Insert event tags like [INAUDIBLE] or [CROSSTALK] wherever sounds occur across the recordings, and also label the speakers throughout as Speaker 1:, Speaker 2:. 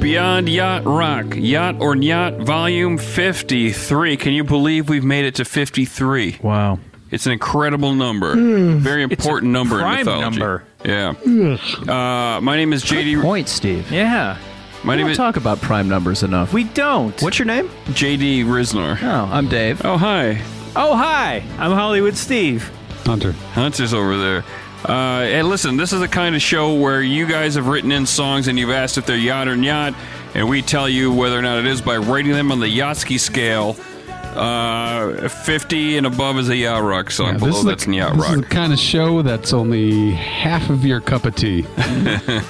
Speaker 1: Beyond Yacht Rock, Yacht or Yacht, Volume 53. Can you believe we've made it to 53?
Speaker 2: Wow.
Speaker 1: It's an incredible number. Very important number
Speaker 2: Hmm. prime
Speaker 1: in mythology.
Speaker 2: number.
Speaker 1: Yeah. Uh, my name is JD.
Speaker 3: Point, Steve.
Speaker 2: Yeah.
Speaker 1: My
Speaker 3: We
Speaker 1: name
Speaker 3: don't
Speaker 1: is
Speaker 3: talk about prime numbers enough.
Speaker 2: We don't.
Speaker 3: What's your name?
Speaker 1: JD Risnor.
Speaker 3: Oh, I'm Dave.
Speaker 1: Oh, hi.
Speaker 2: Oh, hi. I'm Hollywood Steve.
Speaker 4: Hunter.
Speaker 1: Hunter's over there. Uh, and listen, this is the kind of show where you guys have written in songs and you've asked if they're yacht or yacht, and we tell you whether or not it is by rating them on the Yatsky scale. Uh, 50 and above is a yacht rock song.
Speaker 4: this
Speaker 1: Below
Speaker 4: is the-
Speaker 1: that's an yacht
Speaker 4: this is
Speaker 1: rock.
Speaker 4: the kind of show that's only half of your cup of [LAUGHS] tea.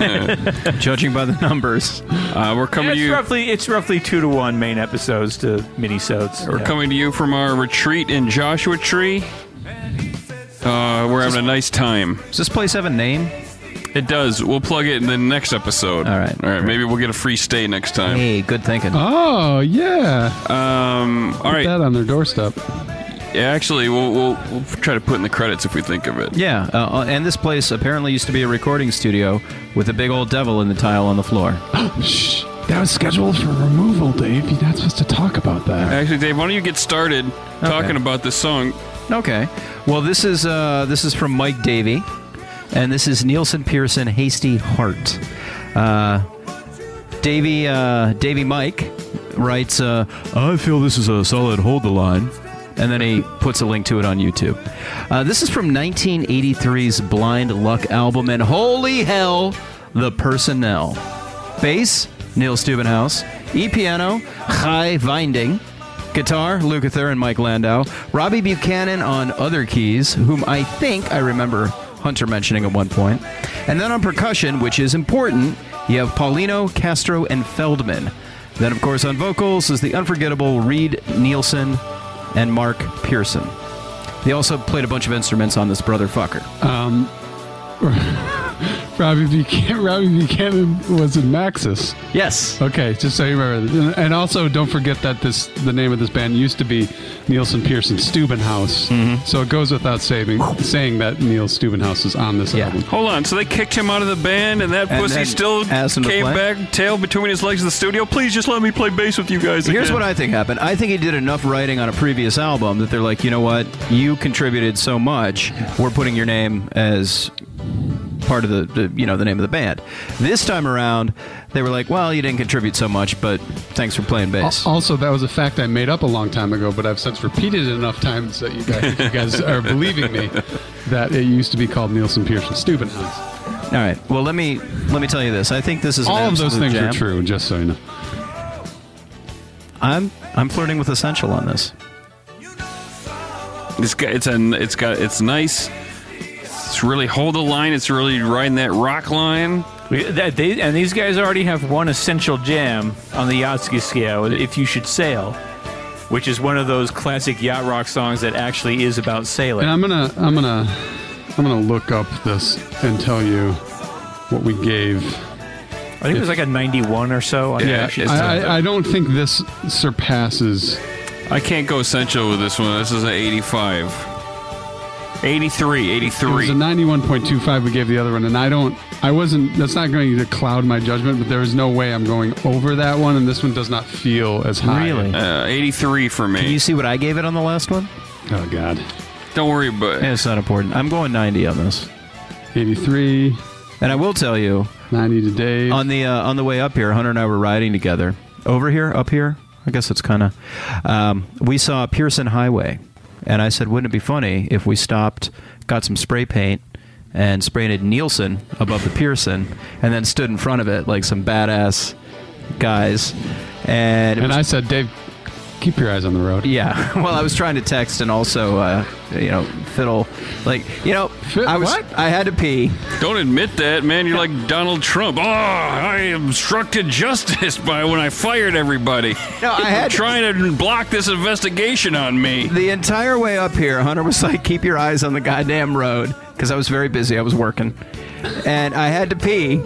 Speaker 3: [LAUGHS] Judging by the numbers.
Speaker 1: Uh, we're coming
Speaker 2: It's
Speaker 1: to you.
Speaker 2: roughly it's roughly two to one main episodes to minisodes.
Speaker 1: We're coming to you from our retreat in Joshua Tree. Uh, we're having a nice time.
Speaker 3: Does this place have a name?
Speaker 1: It does. We'll plug it in the next episode.
Speaker 3: All right.
Speaker 1: All right. Maybe we'll get a free stay next time.
Speaker 3: Hey, good thinking.
Speaker 4: Oh yeah,
Speaker 1: Um. All right.
Speaker 4: that on their doorstep.
Speaker 1: Actually, we'll, we'll we'll try to put in the credits if we think of it.
Speaker 3: Yeah, uh, and this place apparently used to be a recording studio with a big old devil in the tile on the floor.
Speaker 4: Shh, that was scheduled for removal, Dave. You're not supposed to talk about that.
Speaker 1: Actually, Dave, why don't you get started talking about this song?
Speaker 3: Okay. Well, this is uh, this is from Mike Davey, and this is Nielsen Pearson Hasty Heart. Uh, Davey uh, Davey Mike writes, uh, "I feel this is a solid hold the line." And then he puts a link to it on YouTube. Uh, this is from 1983's Blind Luck album, and holy hell, the personnel. Bass, Neil Stubenhaus. E piano, Chai Winding. Guitar, Lukather and Mike Landau. Robbie Buchanan on other keys, whom I think I remember Hunter mentioning at one point. And then on percussion, which is important, you have Paulino, Castro, and Feldman. Then, of course, on vocals is the unforgettable Reed Nielsen and Mark Pearson. They also played a bunch of instruments on this brother fucker.
Speaker 4: Robbie Buchanan, Robbie Buchanan was in Maxis.
Speaker 3: yes.
Speaker 4: Okay, just so you remember. And also, don't forget that this the name of this band used to be Nielsen Pearson Stubenhaus. So it goes without saving, saying that Neil Stubenhaus is on this
Speaker 3: Yeah.
Speaker 4: album.
Speaker 1: Hold on. So they kicked him out of the band, and that
Speaker 3: And
Speaker 1: pussy
Speaker 3: then
Speaker 1: still
Speaker 3: asked him to
Speaker 1: came
Speaker 3: play?
Speaker 1: back, tail between his legs in the studio. Please just let me play bass with you guys.
Speaker 3: Here's
Speaker 1: again."
Speaker 3: what I think [LAUGHS] happened. I think he did enough writing on a previous album that they're like, you know what? You contributed so much. We're putting your name as part of the, the you know the name of the band. This time around, they were like, well, you didn't contribute so much, but thanks for playing bass.
Speaker 4: Also, that was a fact I made up a long time ago, but I've since repeated it enough times that you guys,
Speaker 3: [LAUGHS]
Speaker 4: you guys are believing me that it used to be called Nielsen Pearson Stubenhaus.
Speaker 3: All right. Well, let me let me tell you this. I think this is an
Speaker 4: All of those
Speaker 3: absolute
Speaker 4: things are
Speaker 3: jam.
Speaker 4: true, just so you know.
Speaker 3: I'm I'm flirting with essential on this.
Speaker 1: It's got it's a it's got it's nice. It's really hold the line. It's really riding that rock line.
Speaker 2: We, that, they, and these guys already have one essential jam on the Yatsky scale, If You Should Sail, which is one of those classic yacht rock songs that actually is about sailing.
Speaker 4: And I'm gonna, I'm gonna, I'm gonna look up this and tell you what we gave.
Speaker 2: I think it was like a 91 or so. On
Speaker 1: Yeah,
Speaker 2: yeah,
Speaker 1: it's-
Speaker 4: I, I, I don't think this surpasses.
Speaker 1: I can't go essential with this one. This is an 85. 83,
Speaker 4: It was a
Speaker 1: 83.
Speaker 4: 91.25. We gave the other one, and I don't. I wasn't. That's not going to cloud my judgment, but there is no way I'm going over that one, and this one does not feel as high.
Speaker 3: Really?
Speaker 1: Uh, 83 for
Speaker 3: Can you
Speaker 1: me.
Speaker 3: see what I gave it on the last one?
Speaker 4: Oh God.
Speaker 1: Don't worry about
Speaker 3: Yeah,
Speaker 1: it.
Speaker 3: it's not important. I'm going 90 on this.
Speaker 4: 83,
Speaker 3: And I will tell you,
Speaker 4: 90 to Dave.
Speaker 3: on the uh, on the way up here, Hunter and I were riding together. Over here, up here, I guess it's kind of. Um, we saw Pearson Highway, and I said, "Wouldn't it be funny if we stopped, got some spray paint, and sprayed Nielsen above the Pearson, and then stood in front of it like some badass guys?" And, it
Speaker 4: and
Speaker 3: was-
Speaker 4: I said, Dave, keep your eyes on the
Speaker 3: [LAUGHS]
Speaker 4: road.
Speaker 3: yeah, well, I was trying to text and also, uh, you know, fiddle, like you know,
Speaker 4: Fi-
Speaker 3: I was
Speaker 4: what?
Speaker 3: I had to pee.
Speaker 1: Don't admit that, man. You're like Donald Trump. Oh, I obstructed justice [LAUGHS] by when I fired everybody.
Speaker 3: No,
Speaker 4: [LAUGHS]
Speaker 3: I had
Speaker 1: trying to block this investigation on me.
Speaker 3: The entire way up here, Hunter was like, "Keep your eyes on the goddamn road," because I was very busy. I was working, and I had to pee.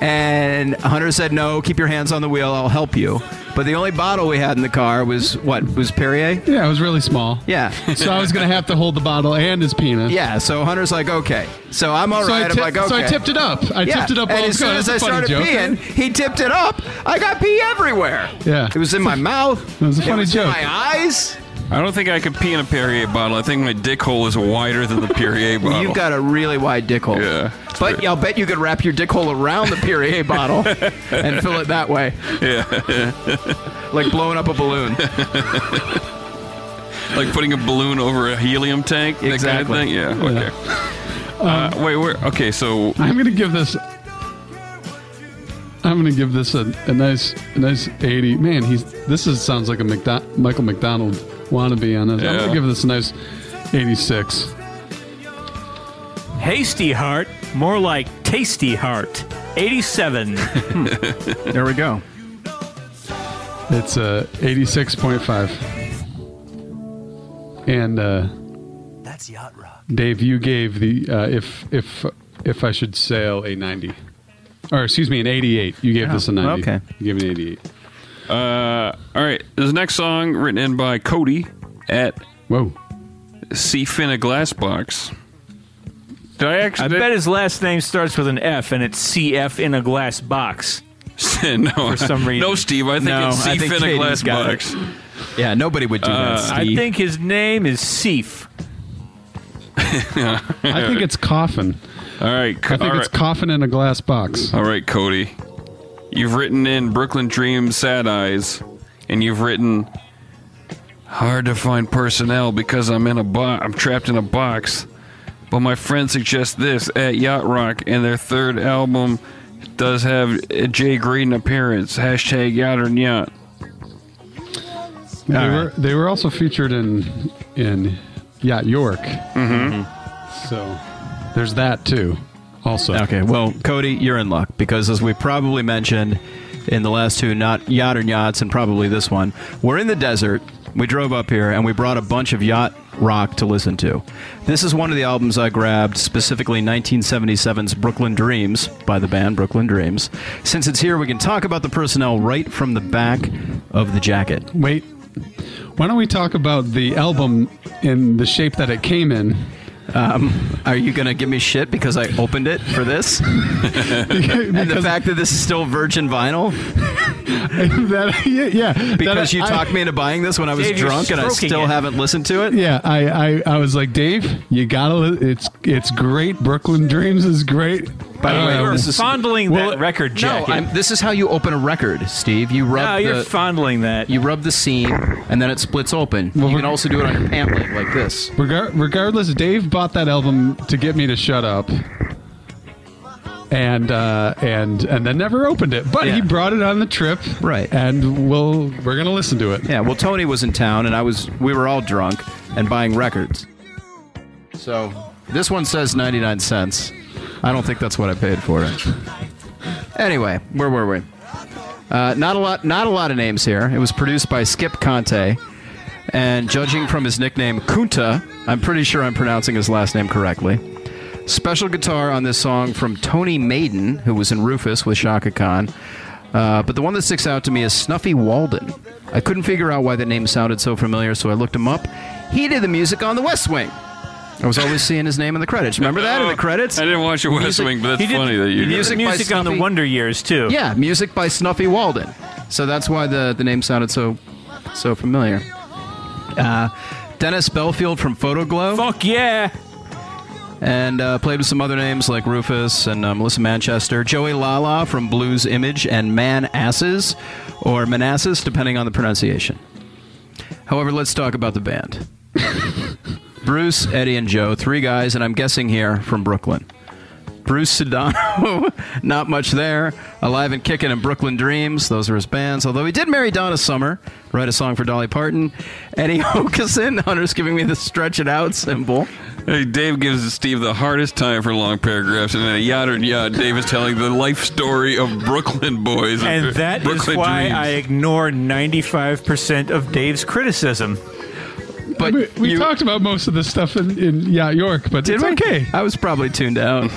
Speaker 3: And Hunter said, "No, keep your hands on the wheel. I'll help you." But the only bottle we had in the car was what was Perrier.
Speaker 4: Yeah, it was really small.
Speaker 3: Yeah,
Speaker 4: So I was gonna have to hold the bottle and his penis.
Speaker 3: yeah. So Hunter's like, "Okay." So I'm all
Speaker 4: So, I
Speaker 3: right.
Speaker 4: tip-
Speaker 3: I'm like, "Okay."
Speaker 4: so I tipped it up. I
Speaker 3: Yeah.
Speaker 4: tipped it up.
Speaker 3: and as
Speaker 4: while it was
Speaker 3: soon
Speaker 4: going.
Speaker 3: as I
Speaker 4: That's a funny
Speaker 3: started
Speaker 4: joke.
Speaker 3: peeing, he tipped it up. I got pee everywhere.
Speaker 4: Yeah.
Speaker 3: it was in
Speaker 4: [LAUGHS]
Speaker 3: my mouth.
Speaker 4: It was a funny
Speaker 3: in
Speaker 4: joke.
Speaker 3: my eyes.
Speaker 1: I don't think I could pee in a Perrier bottle. I think my dick hole is wider than the Perrier bottle.
Speaker 3: You've got a really wide dick hole.
Speaker 1: Yeah.
Speaker 3: But I'll bet you could wrap your dick hole around the Perrier bottle and fill it that way. Yeah. like blowing up a balloon.
Speaker 1: like putting a balloon over a helium tank. that
Speaker 3: Exactly.
Speaker 1: Kind of thing? Yeah. Okay. uh, wait. Where? Okay. So
Speaker 4: I'm gonna give this. I'm gonna give this a, a nice, a nice eighty. Man, he's this is sounds like a McDo- Michael McDonald wannabe on this. I'm
Speaker 1: Yeah.
Speaker 4: gonna give this a nice eighty-six.
Speaker 2: Hasty heart, more like tasty heart. 87.
Speaker 3: There we go.
Speaker 4: It's uh, eighty-six point five. And uh,
Speaker 5: That's yacht rock.
Speaker 4: Dave, you gave the uh, if if if I should sail a ninety, or excuse me, an eighty-eight. You gave this a ninety.
Speaker 3: okay.
Speaker 4: You gave me an eighty-eight.
Speaker 1: All right, this next song written in by Cody at
Speaker 4: Whoa.
Speaker 1: C Finna Glassbox. Did I
Speaker 2: I
Speaker 1: actually?
Speaker 2: bet his last name starts with an F and it's CF in a glass box.
Speaker 1: [LAUGHS] no,
Speaker 2: for some reason.
Speaker 1: No, Steve. I think
Speaker 3: No,
Speaker 1: it's
Speaker 3: I
Speaker 1: C
Speaker 3: think
Speaker 1: Finna
Speaker 3: Katie's got it.
Speaker 1: Glassbox.
Speaker 3: Yeah, nobody would do that.
Speaker 2: I think his name is Seef.
Speaker 4: I think it's coffin.
Speaker 1: All right, co-
Speaker 4: I think
Speaker 1: all
Speaker 4: it's
Speaker 1: right,
Speaker 4: coffin in a glass box.
Speaker 1: all right, Cody. You've written in Brooklyn Dream, Sad Eyes, and you've written hard to find personnel because I'm in a box. I'm trapped in a box. But my friend suggests this at Yacht Rock, and their third album does have a Jay Graydon appearance. Hashtag Yacht or Yacht.
Speaker 4: They were they were also featured in in Yacht York. Mm-hmm. So there's that too. Also,
Speaker 3: Okay, well, Cody, you're in luck because, as we probably mentioned in the last two, not yacht or yachts, and probably this one, we're in the desert. We drove up here and we brought a bunch of yacht rock to listen to. This is one of the albums I grabbed, specifically 1977's Brooklyn Dreams by the band Brooklyn Dreams. Since it's here, we can talk about the personnel right from the back of the jacket.
Speaker 4: wait. Why don't we talk about the album in the shape that it came in?
Speaker 3: Are you going to give me shit because I opened it for [LAUGHS] this? and the fact that this is still virgin vinyl?
Speaker 4: [LAUGHS] that, yeah, yeah,
Speaker 3: because
Speaker 4: That-
Speaker 3: you
Speaker 4: I-
Speaker 3: talked me into buying this when I was
Speaker 2: Dave, you're
Speaker 3: drunk and I
Speaker 2: stroking
Speaker 3: still
Speaker 2: it.
Speaker 3: haven't listened to it.
Speaker 4: Yeah, I, I, I was like, Dave, you gotta. li- It's it's great. Brooklyn Dreams is great.
Speaker 3: By the way,
Speaker 4: Uh,
Speaker 3: this is
Speaker 2: Fondling
Speaker 4: Well,
Speaker 2: that record jacket.
Speaker 3: No, I'm, this is how you open a record, Steve. You rub
Speaker 2: No, you're
Speaker 3: the
Speaker 2: fondling that.
Speaker 3: you rub the seam and then it splits open. you
Speaker 4: we're-
Speaker 3: can also do it on your pant leg like this.
Speaker 4: Regar- regardless, Dave bought that album to get me to shut up, and uh, and and then never opened it. But
Speaker 3: Yeah.
Speaker 4: he brought it on the trip,
Speaker 3: Right.
Speaker 4: And we'll we're gonna listen to it.
Speaker 3: Yeah. Well, Tony was in town and I was. We were all drunk and buying records. So this one says 99 cents. I don't think that's what I paid for it. Anyway, where were we? Uh, not a lot. Not a lot of names here. It was produced by Skip Conte, and judging from his nickname Kunta, I'm pretty sure I'm pronouncing his last name correctly. Special guitar on this song from Tony Maiden, who was in Rufus with Shaka Khan. Uh, but the one that sticks out to me is Snuffy Walden. I couldn't figure out why that name sounded so familiar, so I looked him up. He did the music on The West Wing. I was always seeing his name in the credits. Remember that in the credits?
Speaker 1: Oh, I didn't watch The West
Speaker 3: Music-
Speaker 1: Wing, but
Speaker 2: He
Speaker 1: that's
Speaker 2: did-
Speaker 1: funny that you.
Speaker 2: he did
Speaker 3: Music
Speaker 2: music,
Speaker 3: by
Speaker 2: on the
Speaker 3: Snuffy.
Speaker 2: Wonder Years too.
Speaker 3: Yeah, music by Snuffy Walden. So that's why the, the name sounded so so familiar. Uh, Dennis Belfield from Photoglow,
Speaker 2: Fuck yeah.
Speaker 3: and uh, played with some other names like Rufus and uh, Melissa Manchester, Joey Lala from Blues Image, and Man Asses, or Manasses, depending on the pronunciation. However, let's talk about the band. [LAUGHS] Bruce, Eddie, and Joe, three guys, and I'm guessing here from Brooklyn. Bruce Sedano, [LAUGHS] not much there. Alive and Kickin' and Brooklyn Dreams, those are his bands. Although he did marry Donna Summer, write a song for Dolly Parton. Eddie [LAUGHS] Hokason, Hunter's giving me the stretch it out symbol.
Speaker 1: Hey, Dave gives Steve the hardest time for long paragraphs, and then a yada and yada, Dave is telling the life story of Brooklyn boys. [LAUGHS]
Speaker 2: And that is
Speaker 1: Brooklyn
Speaker 2: why
Speaker 1: Dreams.
Speaker 2: I ignore 95% of Dave's criticism.
Speaker 3: But
Speaker 4: We, we
Speaker 3: you-
Speaker 4: talked about most of this stuff in, in Yacht York, but it's okay.
Speaker 3: I was probably tuned out.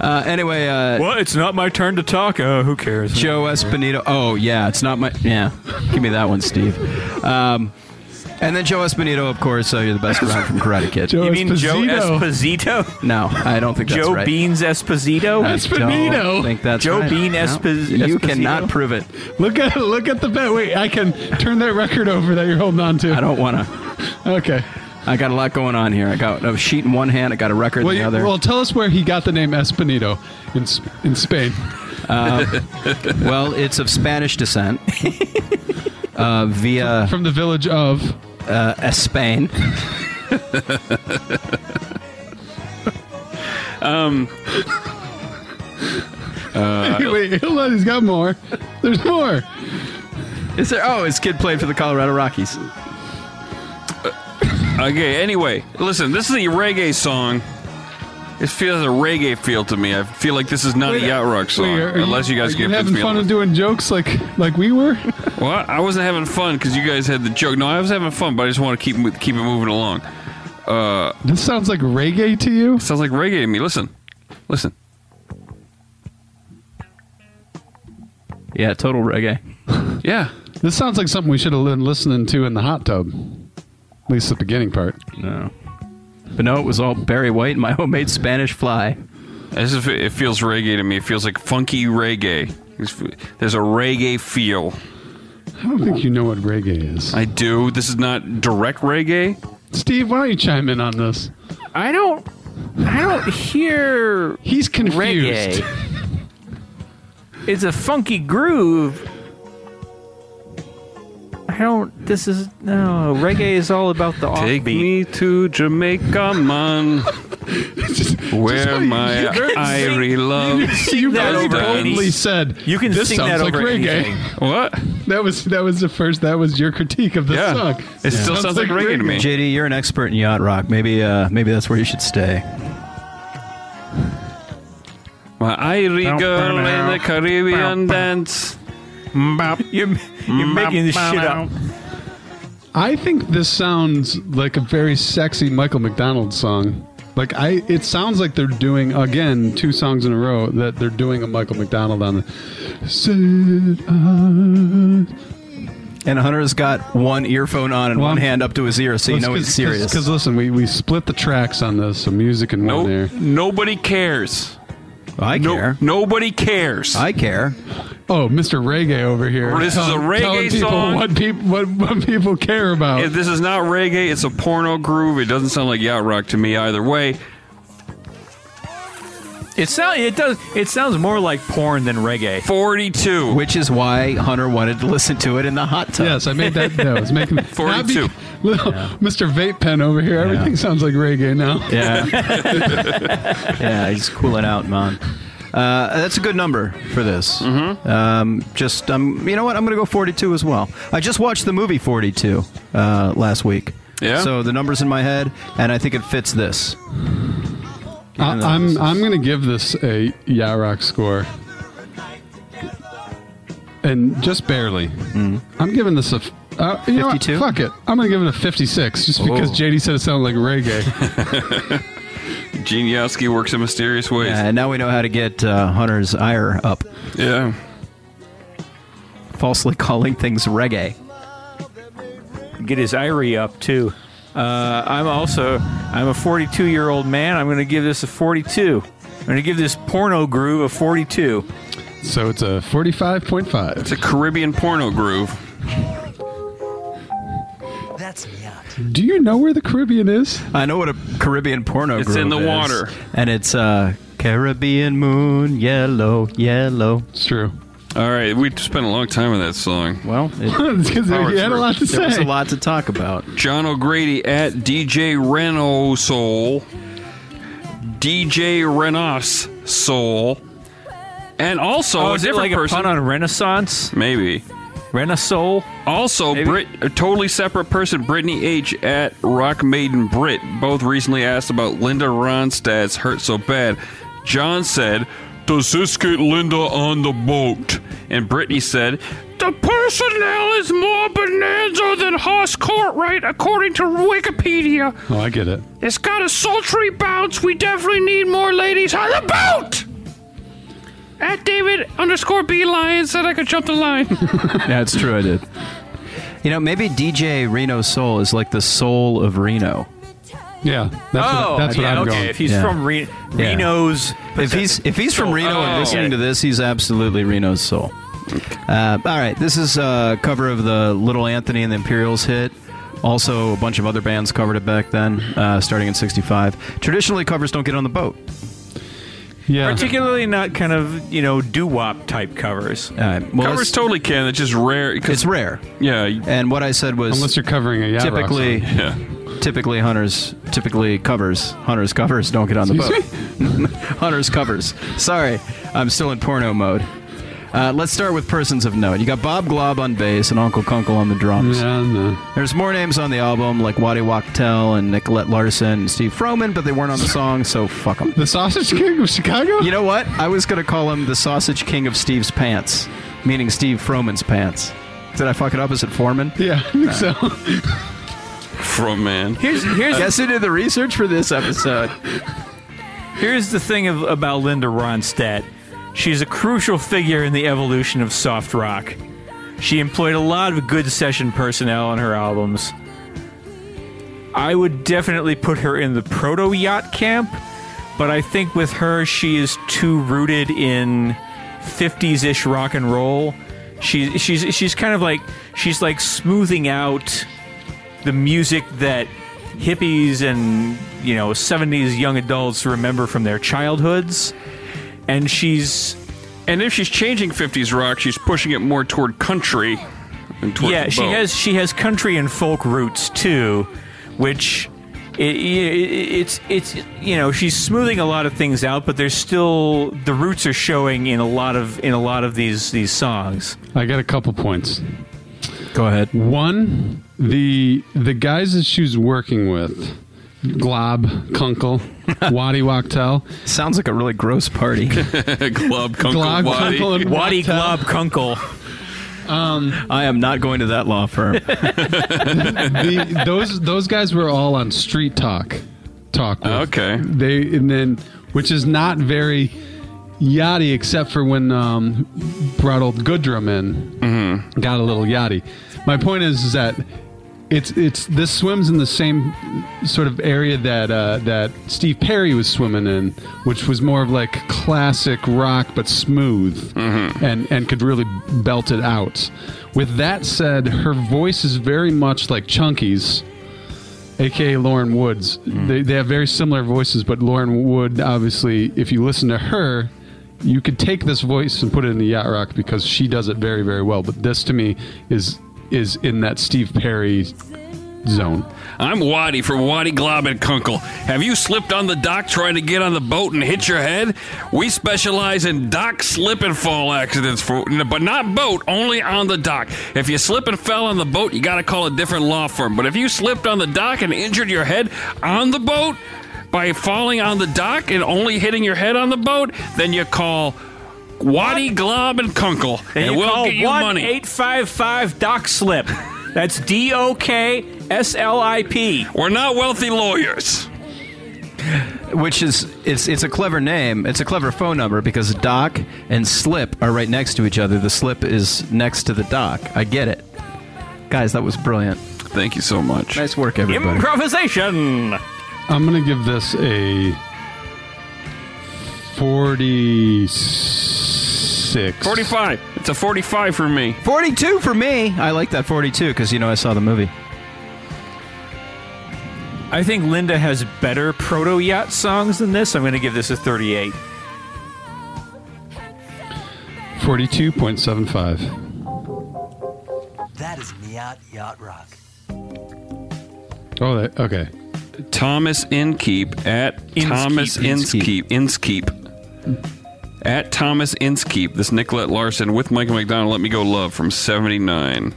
Speaker 3: Uh, anyway, uh,
Speaker 2: Well, it's not my turn to talk. Uh, who cares?
Speaker 3: Joe Esposito. Oh yeah, it's not my. Yeah, give me that one, Steve. Um, and then Joe Esposito, of course. Uh, you're the best around from Karate Kid.
Speaker 4: Joe
Speaker 2: You mean Joe
Speaker 4: Esposito.
Speaker 2: Esposito?
Speaker 3: No, I don't think that's
Speaker 2: Joe
Speaker 3: right.
Speaker 2: Beans Esposito?
Speaker 3: I
Speaker 4: Esposito.
Speaker 3: Don't think that's
Speaker 2: Joe
Speaker 3: right.
Speaker 2: Bean
Speaker 3: No,
Speaker 2: Espos-
Speaker 3: You
Speaker 2: Esposito?
Speaker 3: cannot prove it.
Speaker 4: Look at look at the bet. Wait, I can turn that record over that you're holding on to.
Speaker 3: I don't want to.
Speaker 4: Okay.
Speaker 3: I got a lot going on here. I got a sheet in one hand. I got a record
Speaker 4: Well,
Speaker 3: in the
Speaker 4: you,
Speaker 3: other.
Speaker 4: well, tell us where he got the name Esposito in S- in Spain.
Speaker 3: Well, it's of Spanish descent. Uh, via
Speaker 4: From the village of
Speaker 3: uh, Espain.
Speaker 4: [LAUGHS] Wait, hold on, he's got more. There's more.
Speaker 3: Is there? Oh, his kid played for the Colorado Rockies.
Speaker 1: Okay, anyway, listen, this is a reggae song. It feels a reggae feel to me. I feel like this is not a yacht rock song,
Speaker 4: Wait, are
Speaker 1: unless you guys
Speaker 4: are
Speaker 1: get
Speaker 4: you
Speaker 1: the
Speaker 4: having
Speaker 1: feeling.
Speaker 4: fun and doing jokes like like we were. [LAUGHS]
Speaker 1: Well, I wasn't having fun because you guys had the joke. No, I was having fun, but I just want to keep mo- keep it moving along.
Speaker 4: This sounds like reggae to you.
Speaker 1: Sounds like reggae to me. Listen, listen.
Speaker 3: Yeah, total reggae.
Speaker 1: Yeah,
Speaker 4: This sounds like something we should have been listening to in the hot tub. At least the beginning part.
Speaker 3: No. But no, it was all Barry White and my [LAUGHS] homemade Spanish fly.
Speaker 1: this is, it feels reggae to me. It feels like funky reggae. It's- There's a reggae feel.
Speaker 4: I don't think you know what reggae is.
Speaker 1: I do. This is not direct reggae.
Speaker 4: Steve, why don't you chime in on this?
Speaker 2: I don't. I don't hear
Speaker 4: He's confused.
Speaker 2: reggae. it's a funky groove. I don't. This is no reggae is all about the
Speaker 1: Take
Speaker 2: offbeat.
Speaker 1: me to Jamaica, man,
Speaker 4: Just- just
Speaker 1: where
Speaker 4: what
Speaker 1: my Irie loves.
Speaker 4: You
Speaker 2: that
Speaker 4: very
Speaker 1: over
Speaker 4: boldly
Speaker 2: any-
Speaker 4: said
Speaker 2: You can
Speaker 4: this
Speaker 2: sing
Speaker 4: sounds
Speaker 2: that
Speaker 4: like
Speaker 2: over
Speaker 4: reggae.
Speaker 2: anything.
Speaker 1: [LAUGHS] What?
Speaker 4: That was that was the first. That was your critique of the
Speaker 1: Yeah.
Speaker 4: song.
Speaker 1: It still sounds like reggae to me.
Speaker 3: JD, you're an expert in yacht rock. Maybe, uh, maybe that's where you should stay.
Speaker 1: My Irie girl in the Caribbean dance.
Speaker 2: You're, you're making this shit up.
Speaker 4: I think this sounds like a very sexy Michael McDonald song. Like I, it sounds like they're doing again two songs in a row that they're doing a Michael McDonald on the. Sit on.
Speaker 3: And Hunter's got one earphone on and
Speaker 4: Well,
Speaker 3: one
Speaker 4: I'm-
Speaker 3: hand up to his ear, so you know he's serious.
Speaker 4: Because listen, we, we split the tracks on this, so music and one there.
Speaker 1: Nope. Nobody cares.
Speaker 3: I
Speaker 1: No,
Speaker 3: care.
Speaker 1: nobody cares.
Speaker 3: I care.
Speaker 4: Oh, Mr. Reggae over here.
Speaker 1: This is a reggae
Speaker 4: telling people
Speaker 1: song.
Speaker 4: What people what, what people care about.
Speaker 1: If this is not reggae, it's a porno groove. It doesn't sound like yacht rock to me either way.
Speaker 2: It sounds. It does. It sounds more like porn than reggae.
Speaker 1: 42.
Speaker 3: Which is why Hunter wanted to listen to it in the hot tub.
Speaker 4: Yes, I made that. That was making not
Speaker 1: 42.
Speaker 4: little Mr. Vape Pen over here. Everything sounds like reggae now.
Speaker 3: Yeah.
Speaker 1: [LAUGHS]
Speaker 3: yeah, he's cooling out, man. Uh, that's a good number for this. Mm-hmm. Um, just, um, you know what? I'm going to go 42 as well. I just watched the movie 42 uh, last week.
Speaker 1: Yeah?
Speaker 3: So the number's in my head, and I think it fits this.
Speaker 4: I, I'm I'm gonna give this a Yarok score, and just barely. I'm giving this a. f- Uh, you know what?
Speaker 3: 52?
Speaker 4: Fuck it. I'm gonna give it a 56, just because
Speaker 3: Whoa.
Speaker 4: JD said it sounded like reggae.
Speaker 1: Gene Yatsky works in mysterious ways.
Speaker 3: And now we know how to get uh, Hunter's ire up,
Speaker 1: yeah.
Speaker 3: falsely [LAUGHS] calling things reggae.
Speaker 2: Get his Irie up too. Uh, I'm also. I'm a 42 year old man. I'm going to give this a 42. I'm going to give this porno groove a 42.
Speaker 4: so it's a 45.5.
Speaker 1: It's a Caribbean porno groove.
Speaker 5: That's yacht.
Speaker 4: Do you know where the Caribbean is?
Speaker 3: I know what a Caribbean porno
Speaker 1: It's in
Speaker 3: groove
Speaker 1: the
Speaker 3: is,
Speaker 1: water.
Speaker 3: and it's uh, Caribbean moon, yellow, yellow.
Speaker 4: It's true.
Speaker 1: All right, we spent a long time on that song.
Speaker 3: Well, it,
Speaker 4: It's [LAUGHS] 'cause
Speaker 1: Power
Speaker 4: he had a
Speaker 1: through.
Speaker 4: lot to
Speaker 3: there was
Speaker 4: say.
Speaker 3: a lot to talk about.
Speaker 1: John O'Grady at DJ Reno Soul, DJ Renos Soul, and also
Speaker 2: Oh,
Speaker 1: a
Speaker 2: is it
Speaker 1: different
Speaker 2: like
Speaker 1: person.
Speaker 2: a pun on Renaissance?
Speaker 1: Maybe.
Speaker 2: Renaissance?
Speaker 1: Also,
Speaker 2: Maybe.
Speaker 1: Brit, a totally separate person, Brittany H. at Rock Maiden Brit, both recently asked about Linda Ronstadt's Hurt So Bad. John said, Does this get Linda on the boat? And Brittany said, The personnel is more bonanza than Haas Courtright, according to Wikipedia.
Speaker 4: Oh, I get it.
Speaker 1: It's got a sultry bounce. We definitely need more ladies on the boat! At David underscore B Lion said I could jump the line.
Speaker 2: That's true. I did.
Speaker 3: You know, maybe DJ Reno Soul is like the soul of Reno.
Speaker 4: Yeah, that's what, that's what
Speaker 2: Oh, yeah,
Speaker 4: I'm
Speaker 2: okay.
Speaker 4: going.
Speaker 2: If he's
Speaker 3: Yeah.
Speaker 2: from Re-
Speaker 3: Yeah.
Speaker 2: Reno's,
Speaker 3: If he's if he's from Reno
Speaker 1: oh,
Speaker 3: and listening to this, he's absolutely Reno's soul. Uh, all right, this is a cover of the Little Anthony and the Imperials hit. Also, a bunch of other bands covered it back then, uh, starting in '65. Traditionally, covers don't get on the boat.
Speaker 4: yeah,
Speaker 2: particularly not kind of you know doo wop type covers.
Speaker 3: Uh, well,
Speaker 1: Covers
Speaker 3: it's,
Speaker 1: totally can. It's just rare. 'cause-
Speaker 3: it's rare.
Speaker 1: yeah. you-
Speaker 3: And what I said was
Speaker 4: unless you're covering a yacht rock
Speaker 3: typically,
Speaker 4: song.
Speaker 1: Yeah.
Speaker 3: typically hunters, typically covers, hunters covers don't get on the boat.
Speaker 4: Excuse me?
Speaker 3: [LAUGHS] Hunter's covers. Sorry, I'm still in porno mode. Uh, let's start with persons of note. You got Bob Glob on bass and Uncle Kunkel on the drums.
Speaker 4: Yeah, no.
Speaker 3: There's more names on the album, like Waddy Wachtel and Nicolette Larson and Steve Froman, but they weren't on the song, so fuck them.
Speaker 4: The Sausage King of Chicago.
Speaker 3: You know what? I was going to call him the Sausage King of Steve's Pants, meaning Steve Froman's pants. Did I fuck it up? Is it
Speaker 4: [LAUGHS]
Speaker 3: Foreman?
Speaker 4: yeah, I think so.
Speaker 1: From man.
Speaker 2: Here's here's
Speaker 3: Guess who did the research for this episode?
Speaker 2: here's the thing of, about Linda Ronstadt. She's a crucial figure in the evolution of soft rock. She employed a lot of good session personnel on her albums. I would definitely put her in the proto yacht camp, but I think with her, she is too rooted in 50s ish rock and roll. She, she's she's kind of like she's like smoothing out the music that hippies and you know 70s young adults remember from their childhoods, and she's
Speaker 1: And if she's changing 50s rock, she's pushing it more toward country and toward
Speaker 2: yeah
Speaker 1: the
Speaker 2: she
Speaker 1: boat. [LAUGHS]
Speaker 2: has she has country and folk roots too which i i it's it's you know she's smoothing a lot of things out but there's still the roots are showing in a lot of in a lot of these these songs
Speaker 4: I got a couple points.
Speaker 3: Go ahead.
Speaker 4: One, the the guys that she's working with,
Speaker 3: [LAUGHS]
Speaker 4: Glob, Kunkel, Waddy Wachtel,
Speaker 3: Sounds like a really gross
Speaker 4: [LAUGHS]
Speaker 3: party.
Speaker 1: Glob, Kunkel,
Speaker 4: Glob,
Speaker 1: Waddy.
Speaker 3: [LAUGHS]
Speaker 4: Kunkel, and
Speaker 2: waddy
Speaker 1: uh,
Speaker 4: Wachtel.
Speaker 2: glob kunkel
Speaker 3: I am not going to that law [LAUGHS] firm.
Speaker 4: the, those those guys were all on Street Talk, talk. With.
Speaker 1: Okay.
Speaker 4: They and then, which is not very yachty, except for when um, brought old Goodrum in, got a little yachty. My point is, is that it's it's this swims in the same sort of area that uh, that Steve Perry was swimming in, which was more of like classic rock but smooth, and and could really belt it out. With that said, her voice is very much like Chunky's aka Lauren Woods. They, they have very similar voices, but Lauren Wood, obviously, if you listen to her, you could take this voice and put it in the yacht rock because she does it very, very well. But this to me is is in that Steve Perry zone.
Speaker 1: I'm Waddy from Waddy Glob and Kunkel. Have you slipped on the dock trying to get on the boat and hit your head? We specialize in dock slip and fall accidents, for, but not boat, only on the dock. If you slip and fell on the boat, you got to call a different law firm. But if you slipped on the dock and injured your head on the boat by falling on the dock and only hitting your head on the boat, then you call Waddy Glob and Kunkel, and,
Speaker 2: you
Speaker 1: we'll
Speaker 2: call
Speaker 1: get you money.
Speaker 2: 855 doc slip that's d-o-k-s-l-i-p
Speaker 1: We're not wealthy lawyers.
Speaker 3: which is it's it's a clever name. It's a clever phone number because dock and slip are right next to each other. The slip is next to the dock. I get it, guys. That was brilliant.
Speaker 1: Thank you so much.
Speaker 3: Nice work, everybody.
Speaker 2: improvisation
Speaker 4: I'm gonna give this a forty-six.
Speaker 1: 45. It's a 45 for me.
Speaker 3: Forty-two for me. I like that forty-two because you know I saw the movie.
Speaker 2: i think linda has better proto yacht songs than this i'm gonna give this a 38
Speaker 4: Forty-two point seven five.
Speaker 5: That is Miat Yacht Rock.
Speaker 4: Oh, that, okay.
Speaker 1: Thomas Inkeep at
Speaker 2: Inskeep,
Speaker 1: Thomas
Speaker 3: Inskeep.
Speaker 1: Inskeep. Inskeep. At Thomas Inskeep. This Nicolette Larson with Michael McDonald, Let Me Go Love from 79.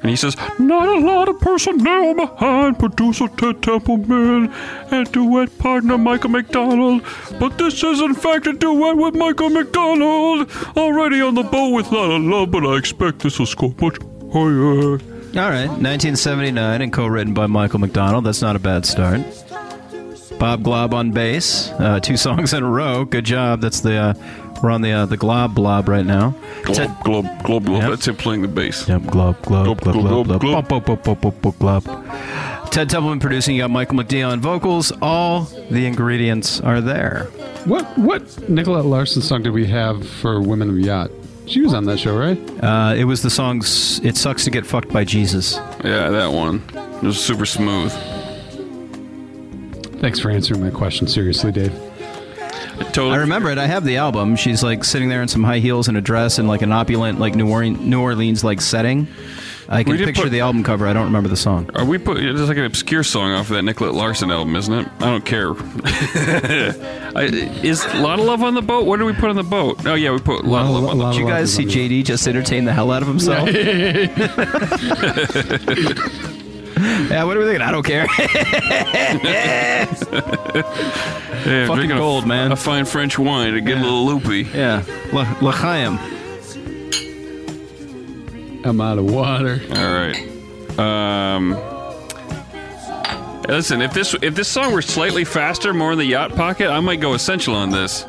Speaker 1: And he says, Not a lot of personnel behind producer Ted Templeman and duet partner Michael McDonald, but this is in fact a duet with Michael McDonald. Already on the boat with Not a Love, but I expect this will score much higher.
Speaker 3: All right, 1979 and co-written by Michael McDonald. That's not a bad start. Bob Glob on bass, uh, two [LAUGHS] songs in a row. Good job. That's the uh, we're on the uh, the Glob blob right now. Ted-
Speaker 1: Glob, glob, glob, glob.
Speaker 3: Yep.
Speaker 1: That's him playing the bass.
Speaker 3: Yep, glob, glob,
Speaker 1: Glob,
Speaker 3: glob, glob,
Speaker 1: glob, glob.
Speaker 3: glob, Bop, bop, bop, bop, bop, glob. Ted Templeman producing. You got Michael McDeal on vocals. All the ingredients are there.
Speaker 4: What what Nicolette Larson song did we have for Women of Yacht? She was on that show, right?
Speaker 3: Uh, it was the song S- "It Sucks to Get Fucked by Jesus."
Speaker 1: Yeah, that one. It was super smooth.
Speaker 4: Thanks for answering my question seriously, Dave.
Speaker 1: Totally.
Speaker 3: I remember it. I have the album. She's like sitting there in some high heels and a dress and like an opulent like New Orleans New Orleans like setting. I can
Speaker 1: We did
Speaker 3: picture
Speaker 1: put-
Speaker 3: the album cover. I don't remember the song.
Speaker 1: Are we put? It's like an obscure song off of that Nicolette Larson album, isn't it? I don't care. [LAUGHS] I, is a lot of love on the boat? What did we put on the boat? Oh yeah, we put a lot of love on the boat.
Speaker 3: Did you guys see JD just entertain the hell out of himself? [LAUGHS] yeah, what are we thinking? I don't care. [LAUGHS]
Speaker 1: Yeah,
Speaker 3: fucking
Speaker 1: drinking a-
Speaker 3: gold, man.
Speaker 1: A fine French wine to get a little loopy.
Speaker 3: yeah, L'chaim.
Speaker 4: I'm out of water.
Speaker 1: All right. Um, listen, if this if this song were slightly faster, more in the yacht pocket, I might go essential on this.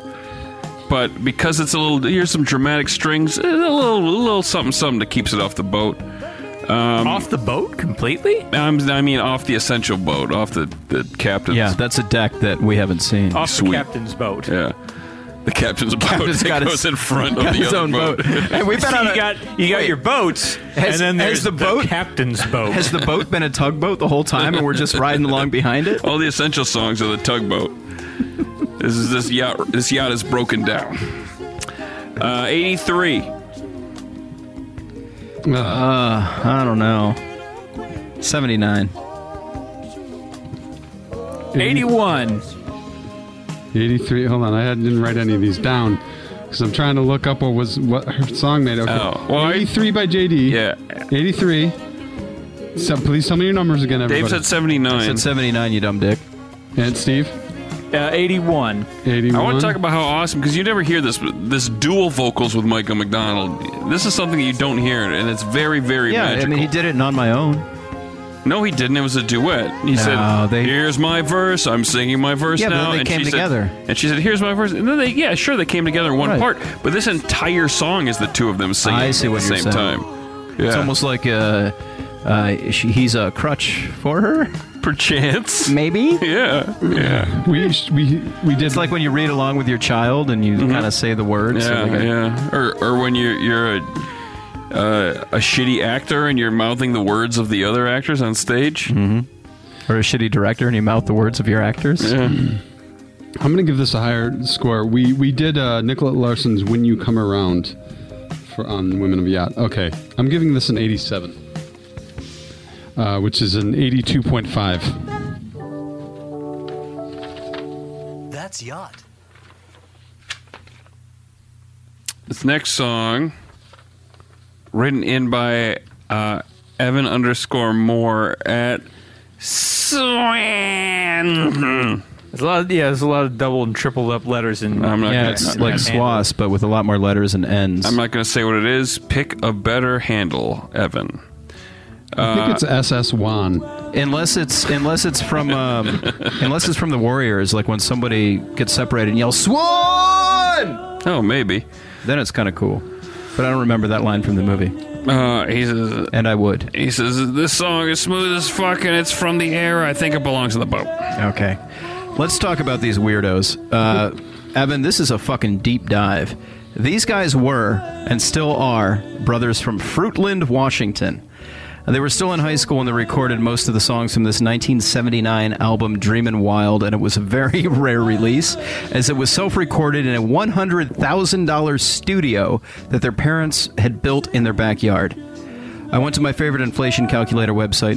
Speaker 1: But because it's a little, here's some dramatic strings, a little, a little something, something that keeps it off the boat.
Speaker 2: Off the boat completely?
Speaker 1: I'm, I mean, off the essential boat, off the, the captain's.
Speaker 3: Yeah, that's a deck that we haven't seen.
Speaker 2: Off
Speaker 1: Sweet.
Speaker 2: the captain's boat.
Speaker 1: Yeah. The captain's boat
Speaker 3: Captain's
Speaker 1: that
Speaker 3: got
Speaker 1: goes
Speaker 3: his-
Speaker 1: in front of
Speaker 3: [LAUGHS] got
Speaker 1: the
Speaker 3: his
Speaker 1: other
Speaker 3: own boat. [LAUGHS] and we've been
Speaker 2: So
Speaker 3: on
Speaker 2: you
Speaker 3: a-
Speaker 2: got you got
Speaker 3: Wait.
Speaker 2: your boats,
Speaker 3: Has-
Speaker 2: and then
Speaker 3: has
Speaker 2: there's
Speaker 3: the boat-
Speaker 2: captain's [LAUGHS] boat.
Speaker 3: Has the boat been a tugboat the whole time, and we're just riding along behind
Speaker 1: [LAUGHS]
Speaker 3: it?
Speaker 1: All the essential songs of the tugboat. this is this yacht. This yacht is broken down. Uh, 83.
Speaker 4: Uh,
Speaker 3: I don't know. Seventy-nine.
Speaker 2: 81.
Speaker 4: 83. Hold on, I hadn't- didn't write any of these down because I'm trying to look up what was what her song made. Okay.
Speaker 1: Oh, well, I-
Speaker 4: 83 by JD.
Speaker 1: Yeah.
Speaker 4: 83. So please tell me your numbers again, everybody.
Speaker 1: Dave said 79.
Speaker 3: Said seventy-nine. You dumb dick.
Speaker 4: and Steve.
Speaker 2: Uh, 81.
Speaker 4: 81.
Speaker 1: I want to talk about how awesome because you never hear this this dual vocals with Michael McDonald. This is something you don't hear, and it's very very
Speaker 3: Yeah,
Speaker 1: magical.
Speaker 3: I mean he did it and on my own.
Speaker 1: no, he didn't. It was a duet. He
Speaker 3: No,
Speaker 1: said,
Speaker 3: they-
Speaker 1: "Here's my verse. I'm singing my verse
Speaker 3: Yeah, but
Speaker 1: now."
Speaker 3: then they
Speaker 1: and
Speaker 3: came
Speaker 1: she said-
Speaker 3: together.
Speaker 1: and she said, "Here's my verse." And then they, yeah, sure, they came together in one
Speaker 3: Right.
Speaker 1: part, but this entire song is the two of them singing
Speaker 3: I see what
Speaker 1: at the
Speaker 3: you're
Speaker 1: same
Speaker 3: saying.
Speaker 1: time. Yeah.
Speaker 3: It's almost like uh, uh, she, he's a crutch for her,
Speaker 1: [LAUGHS] perchance.
Speaker 3: maybe.
Speaker 1: Yeah, yeah,
Speaker 4: We we we did
Speaker 3: It's like when you read along with your child and you kind of say the words.
Speaker 1: Mm-hmm. yeah,
Speaker 3: like a-
Speaker 1: yeah. Or, or when you're you're a uh, a shitty actor and you're mouthing the words of the other actors on stage.
Speaker 3: Or a shitty director and you mouth the words of your actors.
Speaker 1: Yeah.
Speaker 4: I'm gonna give this a higher score. We we did uh, Nicolette Larson's "When You Come Around" for on Women of Yacht. Okay, I'm giving this an 87, uh, which is an 82.5.
Speaker 5: That's yacht.
Speaker 1: This next song, written in by uh, Evan underscore Moore at Swan.
Speaker 2: There's a lot of, yeah, there's a lot of double and triple up letters in
Speaker 1: I'm not.
Speaker 3: Yeah,
Speaker 1: gonna,
Speaker 3: it's
Speaker 2: not-
Speaker 3: like
Speaker 2: not handle.
Speaker 3: SWAS, but with a lot more letters and N's.
Speaker 1: I'm not going to say what it is. Pick a better handle, Evan.
Speaker 4: I think it's SS Wan.
Speaker 3: unless it's unless it's from um, unless it's from the Warriors, like when somebody gets separated and yells "Swan,"
Speaker 1: Oh, maybe.
Speaker 3: then it's kind of cool. But I don't remember that line from the movie,
Speaker 1: Uh, he says,
Speaker 3: and I would.
Speaker 1: He says, This song is smooth as fuck and it's from the air. I think it belongs in the boat.
Speaker 3: Okay. Let's talk about these weirdos. Uh, Evan, this is a fucking deep dive. These guys were, and still are, brothers from Fruitland, Washington. They were still in high school when they recorded most of the songs from this 1979 album Dreamin' Wild, and it was a very [LAUGHS] rare release, as it was self recorded in a $100,000 studio that their parents had built in their backyard. I went to my favorite inflation calculator website,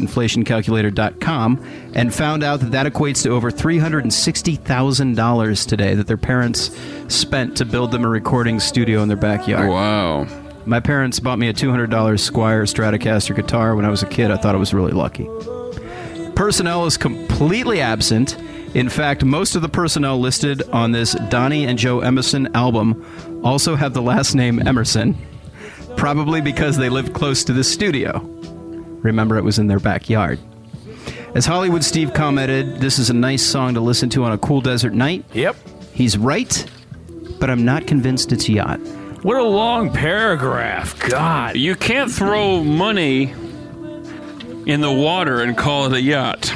Speaker 3: inflationcalculator.com, and found out that that equates to over $360,000 today that their parents spent to build them a recording studio in their backyard.
Speaker 1: Wow.
Speaker 3: My parents bought me a $200 Squire Stratocaster guitar when I was a kid. I thought I was really lucky. Personnel is completely absent. In fact, most of the personnel listed on this Donnie and Joe Emerson album also have the last name Emerson, probably because they live close to the studio. Remember, it was in their backyard. As Hollywood Steve commented, this is a nice song to listen to on a cool desert night.
Speaker 2: Yep.
Speaker 3: He's right, but I'm not convinced it's Yacht.
Speaker 2: What a long paragraph. God.
Speaker 1: You can't throw money in the water and call it a yacht.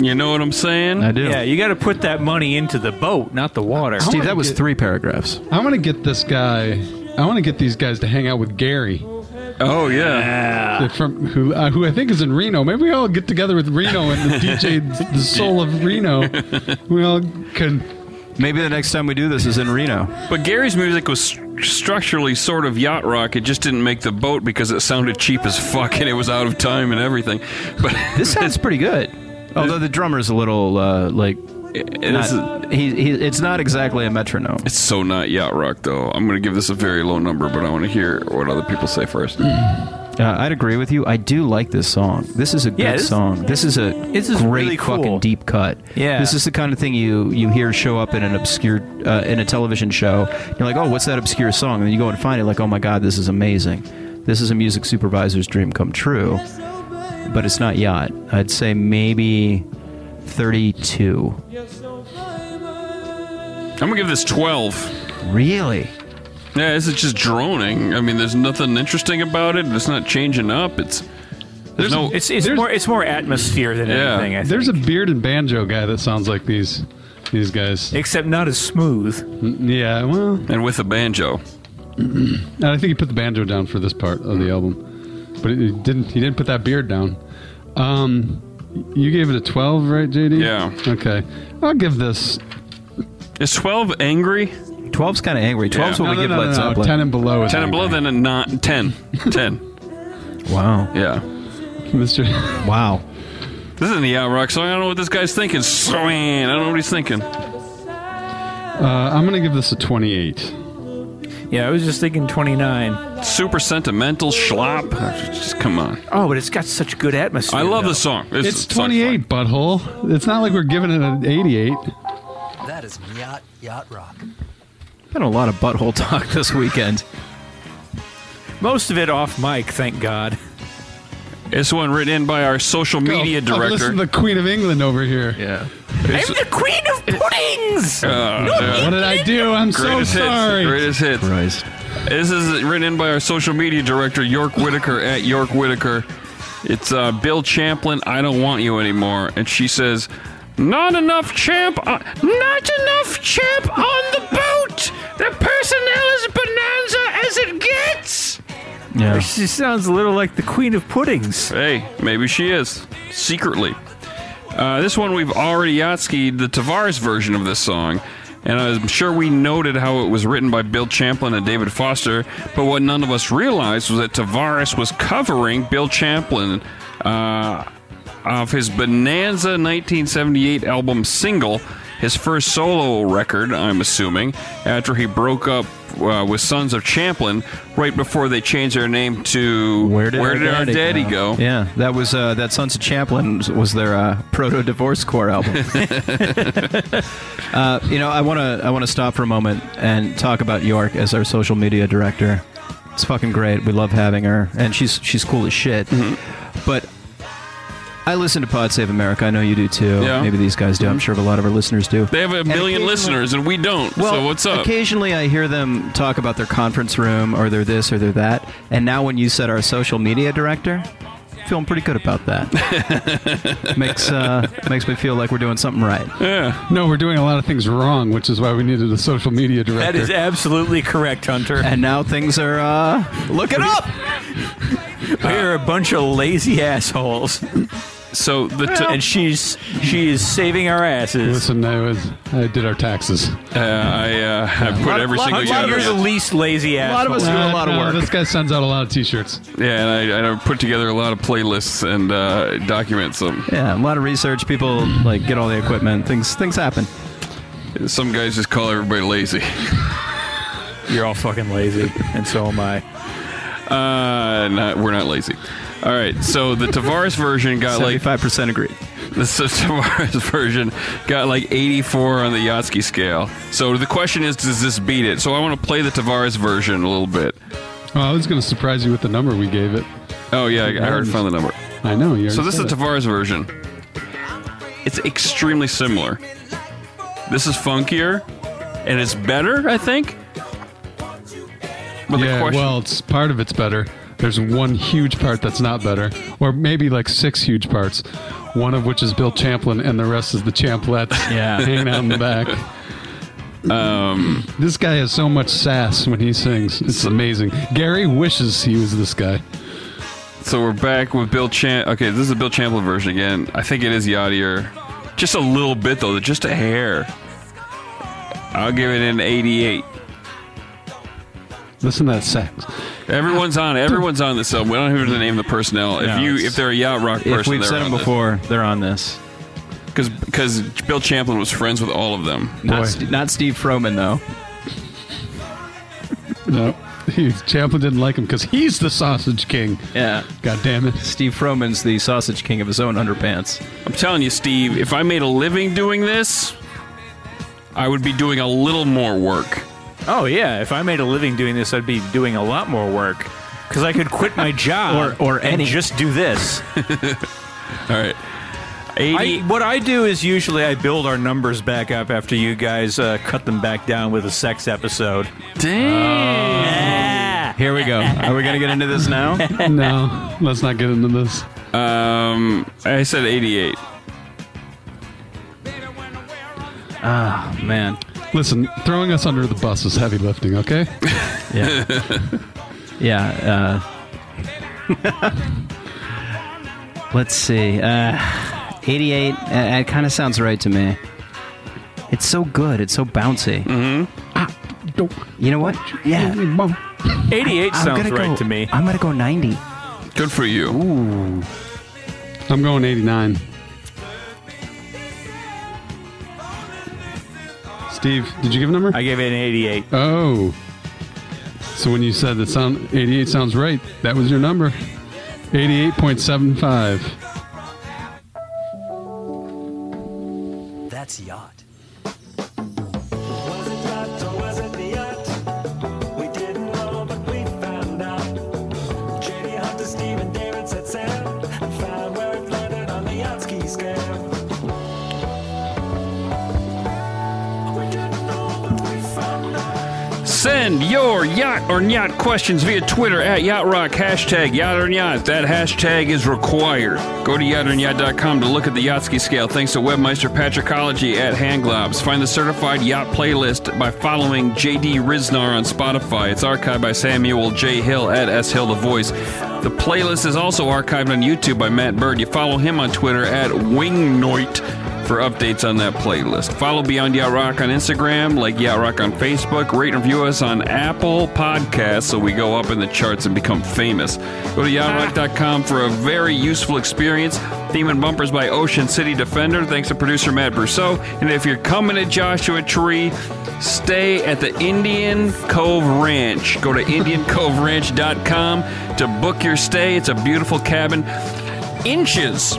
Speaker 1: You know what I'm saying?
Speaker 3: I do.
Speaker 2: Yeah, you got to put that money into the boat, not the water.
Speaker 3: Steve,
Speaker 4: wanna
Speaker 3: that was
Speaker 4: get-
Speaker 3: three paragraphs.
Speaker 4: I want to get this guy. I want to get these guys to hang out with Gary,
Speaker 1: Oh yeah.
Speaker 4: uh, from who uh, who I think is in Reno. Maybe we all get together with Reno and the DJ, the soul of Reno. We all can.
Speaker 3: Maybe the next time we do this is in Reno.
Speaker 1: But Gary's music was st- structurally sort of yacht rock. It just didn't make the boat because it sounded cheap as fuck and it was out of time and everything. [LAUGHS] But
Speaker 3: This [LAUGHS] sounds pretty good. Although the drummer's a little uh, like
Speaker 1: this is-
Speaker 3: not, he, he, it's not exactly a metronome.
Speaker 1: It's so not yacht rock, though. I'm going to give this a very low number, but I want to hear what other people say first.
Speaker 3: Uh, I'd agree with you. I do like this song. This is a good
Speaker 2: Yeah, this-
Speaker 3: song. This is a
Speaker 2: This is
Speaker 3: great
Speaker 2: really cool.
Speaker 3: fucking deep cut.
Speaker 2: Yeah.
Speaker 3: this is the kind of thing you you hear show up in an obscure uh, in a television show. You're like, oh, what's that obscure song? And then you go and find it. Like, oh my god, this is amazing. This is a music supervisor's dream come true. But it's not yacht. I'd say maybe thirty-two.
Speaker 1: I'm going to give this 12.
Speaker 3: Really?
Speaker 1: Yeah, this is just droning. I mean, there's nothing interesting about it. It's not changing up. It's there's no.
Speaker 2: It's it's
Speaker 4: There's-
Speaker 2: more it's more atmosphere than
Speaker 1: Yeah.
Speaker 2: anything. I think.
Speaker 4: There's a beard and banjo guy that sounds like these these guys.
Speaker 2: except not as smooth.
Speaker 4: Yeah, well,
Speaker 1: and with a banjo.
Speaker 4: and I think he put the banjo down for this part of the album, but he didn't. He didn't put that beard down. Um, you gave it a twelve, right, JD?
Speaker 1: Yeah.
Speaker 4: Okay, I'll give this.
Speaker 1: Is 12 angry?
Speaker 3: Twelve's kind of angry. Twelve's
Speaker 1: Yeah.
Speaker 3: what
Speaker 4: no,
Speaker 3: we
Speaker 4: no,
Speaker 3: give
Speaker 4: no,
Speaker 3: Led
Speaker 4: no, no,
Speaker 3: Zeppelin.
Speaker 4: Ten and below. is
Speaker 1: 10 and below,
Speaker 4: angry.
Speaker 1: then a not
Speaker 4: [LAUGHS]
Speaker 1: 10. 10.
Speaker 3: Wow.
Speaker 1: Yeah.
Speaker 4: [LAUGHS] Mr.
Speaker 3: Wow.
Speaker 1: This isn't a yacht rock song. I don't know what this guy's thinking. Swing. I don't know what he's thinking.
Speaker 4: Uh, I'm gonna give this a 28.
Speaker 2: Yeah, I was just thinking 29.
Speaker 1: Super sentimental schlop. Just come on.
Speaker 2: Oh, but it's got such good atmosphere.
Speaker 1: I love
Speaker 2: though.
Speaker 1: this song.
Speaker 4: It's
Speaker 1: the song's fun.
Speaker 4: 28, butthole. It's not like we're giving it an 88.
Speaker 5: That is yacht yacht rock.
Speaker 3: Been a lot of butthole [LAUGHS] talk this weekend.
Speaker 2: Most of it off mic, thank God.
Speaker 1: It's one written in by our social media
Speaker 4: Oh, oh, Listen
Speaker 1: director.
Speaker 4: to the Queen of England over here.
Speaker 1: yeah.
Speaker 2: [LAUGHS] I'm the queen of puddings.
Speaker 4: What did I do? I'm so
Speaker 1: Uh, Greatest hits.
Speaker 4: sorry.
Speaker 1: Greatest hits.
Speaker 3: Christ.
Speaker 1: This is written in by our social media director, York Whitaker at York Whitaker. It's uh, Bill Champlin, I Don't Want You Anymore. And she says, Not enough champ, on, not enough champ on the boat. The personnel is bonanza as it gets.
Speaker 3: Yeah.
Speaker 2: [LAUGHS] she sounds a little like the queen of puddings.
Speaker 1: Hey, maybe she is. Secretly. Uh, this one we've already yatskied the Tavares version of this song. And I'm sure we noted how it was written by Bill Champlin and David Foster, but what none of us realized was that Tavares was covering Bill Champlin uh, of his Bonanza 1978 album single, his first solo record, I'm assuming, after he broke up uh, with Sons of Champlin right before they changed their name to Our Daddy Go?
Speaker 3: Yeah, that was uh, that Sons of Champlin was- was their uh, proto divorce core
Speaker 1: [LAUGHS]
Speaker 3: album. [LAUGHS] uh, you know, I want to I want to stop for a moment and talk about York as our social media director. It's fucking great. We love having her, and she's she's cool as shit.
Speaker 1: Mm-hmm.
Speaker 3: But I listen to Pod Save America. I know you do too.
Speaker 1: Yeah.
Speaker 3: Maybe these guys do. I'm sure a lot of our listeners do.
Speaker 1: They have a million
Speaker 3: occasionally-
Speaker 1: listeners and we don't. so what's up?
Speaker 3: Occasionally, I hear them talk about their conference room or their this or their that. And now, when you said our social media director, feeling pretty good about that.
Speaker 1: [LAUGHS]
Speaker 3: makes uh, makes me feel like we're doing something right.
Speaker 1: Yeah.
Speaker 4: No, we're doing a lot of things wrong, which is why we needed a social media
Speaker 2: That
Speaker 4: director.
Speaker 2: is absolutely correct, Hunter.
Speaker 3: And now things are uh, look it up.
Speaker 2: We are a bunch of lazy assholes,
Speaker 1: So the t-
Speaker 2: and she's she is saving our asses.
Speaker 4: Listen, I was I did our taxes.
Speaker 1: uh, I uh, I put every single
Speaker 2: Hunter,
Speaker 1: yard.
Speaker 2: you're the least lazy asshole.
Speaker 3: lot of us- do a lot of
Speaker 4: Uh, no,
Speaker 3: work.
Speaker 4: This guy sends out a lot of T-shirts.
Speaker 1: Yeah, and I, and I put together a lot of playlists and uh, documents. Some
Speaker 3: Yeah, a lot of research. People like get all the equipment. Things things happen.
Speaker 1: some guys just call everybody lazy.
Speaker 2: You're all fucking lazy, and so am I.
Speaker 1: Uh, not, we're not lazy. All right, so the Tavares version got like
Speaker 3: Seventy-five percent agreed.
Speaker 1: [LAUGHS] the Tavares [LAUGHS] version got like 84 on the Yatsky scale. So the question is, does this beat it? So I want to play the Tavares version a little bit.
Speaker 4: Oh, I was going to surprise you with the number we gave it.
Speaker 1: Oh yeah, I, I already found the number.
Speaker 4: I know. You
Speaker 1: So
Speaker 4: already
Speaker 1: this is
Speaker 4: said
Speaker 1: the
Speaker 4: it.
Speaker 1: Tavares version. It's extremely similar. This is funkier, and it's better, I think. But
Speaker 4: yeah, well, it's part of it's better. There's one huge part that's not better, or maybe like six huge parts, one of which is Bill Champlin, and the rest is
Speaker 1: [LAUGHS]
Speaker 4: the Champlets
Speaker 2: Yeah.
Speaker 4: hanging out in the back.
Speaker 1: Um,
Speaker 4: this guy has so much sass when he sings; it's amazing. Gary wishes he was this guy.
Speaker 1: So we're back with Bill Champ. Okay, this is the Bill Champlin version again. I think it is yachtier. Just a little bit, though. Just a hair. I'll give it an 88.
Speaker 4: Listen to that sax.
Speaker 1: Everyone's on. Everyone's on this album. We don't have to name the personnel. If
Speaker 2: No,
Speaker 1: you,
Speaker 2: it's-
Speaker 1: if they're a yacht rock person,
Speaker 3: If we've
Speaker 1: they're
Speaker 3: said them before, they're on this.
Speaker 1: because because Bill Champlin was friends with all of them.
Speaker 4: Boy.
Speaker 3: Not, St- not Steve Froman though.
Speaker 4: No, [LAUGHS] he, Champlin didn't like him because he's the sausage king.
Speaker 3: Yeah.
Speaker 4: God damn it!
Speaker 3: Steve Froman's the sausage king of his own underpants.
Speaker 1: I'm telling you, Steve. If I made a living doing this, I would be doing a little more work.
Speaker 2: Oh yeah, if I made a living doing this, I'd be doing a lot more work because I could quit
Speaker 3: [LAUGHS]
Speaker 2: my job
Speaker 3: Or- or
Speaker 2: and
Speaker 3: any.
Speaker 2: just do this.
Speaker 1: All right. 80.
Speaker 2: I, what I do is usually I build our numbers back up after you guys uh, cut them back down with a sex episode.
Speaker 1: Dang.
Speaker 3: Here we go. Are we gonna get into this now?
Speaker 4: No, let's not get into this.
Speaker 1: Um, I said 88.
Speaker 3: Man.
Speaker 4: Listen, throwing us under the bus is heavy lifting. Okay.
Speaker 3: Yeah. yeah. Uh, [LAUGHS] let's see. Uh, 88. Uh, it kind of sounds right to me. It's so good. It's so bouncy.
Speaker 4: Don't-
Speaker 3: You know what? Yeah.
Speaker 2: 88
Speaker 3: I'm
Speaker 2: sounds
Speaker 3: gonna
Speaker 2: right
Speaker 3: go-
Speaker 2: to me.
Speaker 3: I'm gonna go 90.
Speaker 1: Good for you.
Speaker 4: I'm going 89. Steve, did you give a number?
Speaker 2: I gave it an 88.
Speaker 4: oh. So when you said that sound 88 sounds right, that was your number. 88.75.
Speaker 5: That's yacht.
Speaker 6: Was it yacht or was it the yacht? We didn't know, but we found out. J.D. Hunter, Stephen David said Sam, and found where it landed on the Yatsky scale. We didn't know, but we found out.
Speaker 1: Send your yacht or yacht questions via Twitter at Yacht Rock, hashtag yacht or yacht. That hashtag is required. Go to yachtornyacht.com to look at the Yachtsky scale thanks to webmaster Patrickology at Handglobs. Find the certified yacht playlist by following JD Riznar on Spotify. It's archived by Samuel J. Hill at S. Hill The Voice. The playlist is also archived on YouTube by Matt Bird. You follow him on Twitter at Wingnoit for updates on that playlist. Follow Beyond Yacht Rock on Instagram, like Yacht Rock on Facebook, rate and review us on Apple Podcasts so we go up in the charts and become famous. Go to yachtrock.com for a very useful experience. Theme and bumpers by Ocean City Defender. Thanks to producer Matt Brousseau. And if you're coming to Joshua Tree, stay at the Indian Cove Ranch. Go to indiancoveranch.com to book your stay. It's a beautiful cabin. Inches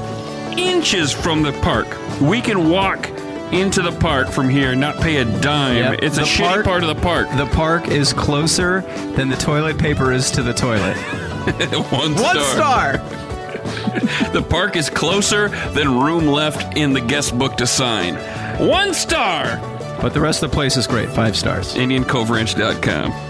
Speaker 1: inches from the park. We can walk into the park from here, not pay a dime.
Speaker 3: Yep.
Speaker 1: It's a
Speaker 3: The
Speaker 1: shitty
Speaker 3: park-
Speaker 1: part of the park.
Speaker 3: The park is closer than the toilet paper is to the toilet.
Speaker 1: [LAUGHS] One, The park is closer than room left in the guest book to sign. One star.
Speaker 3: But the rest of the place is great. Five stars.
Speaker 1: IndianCoveRanch.com.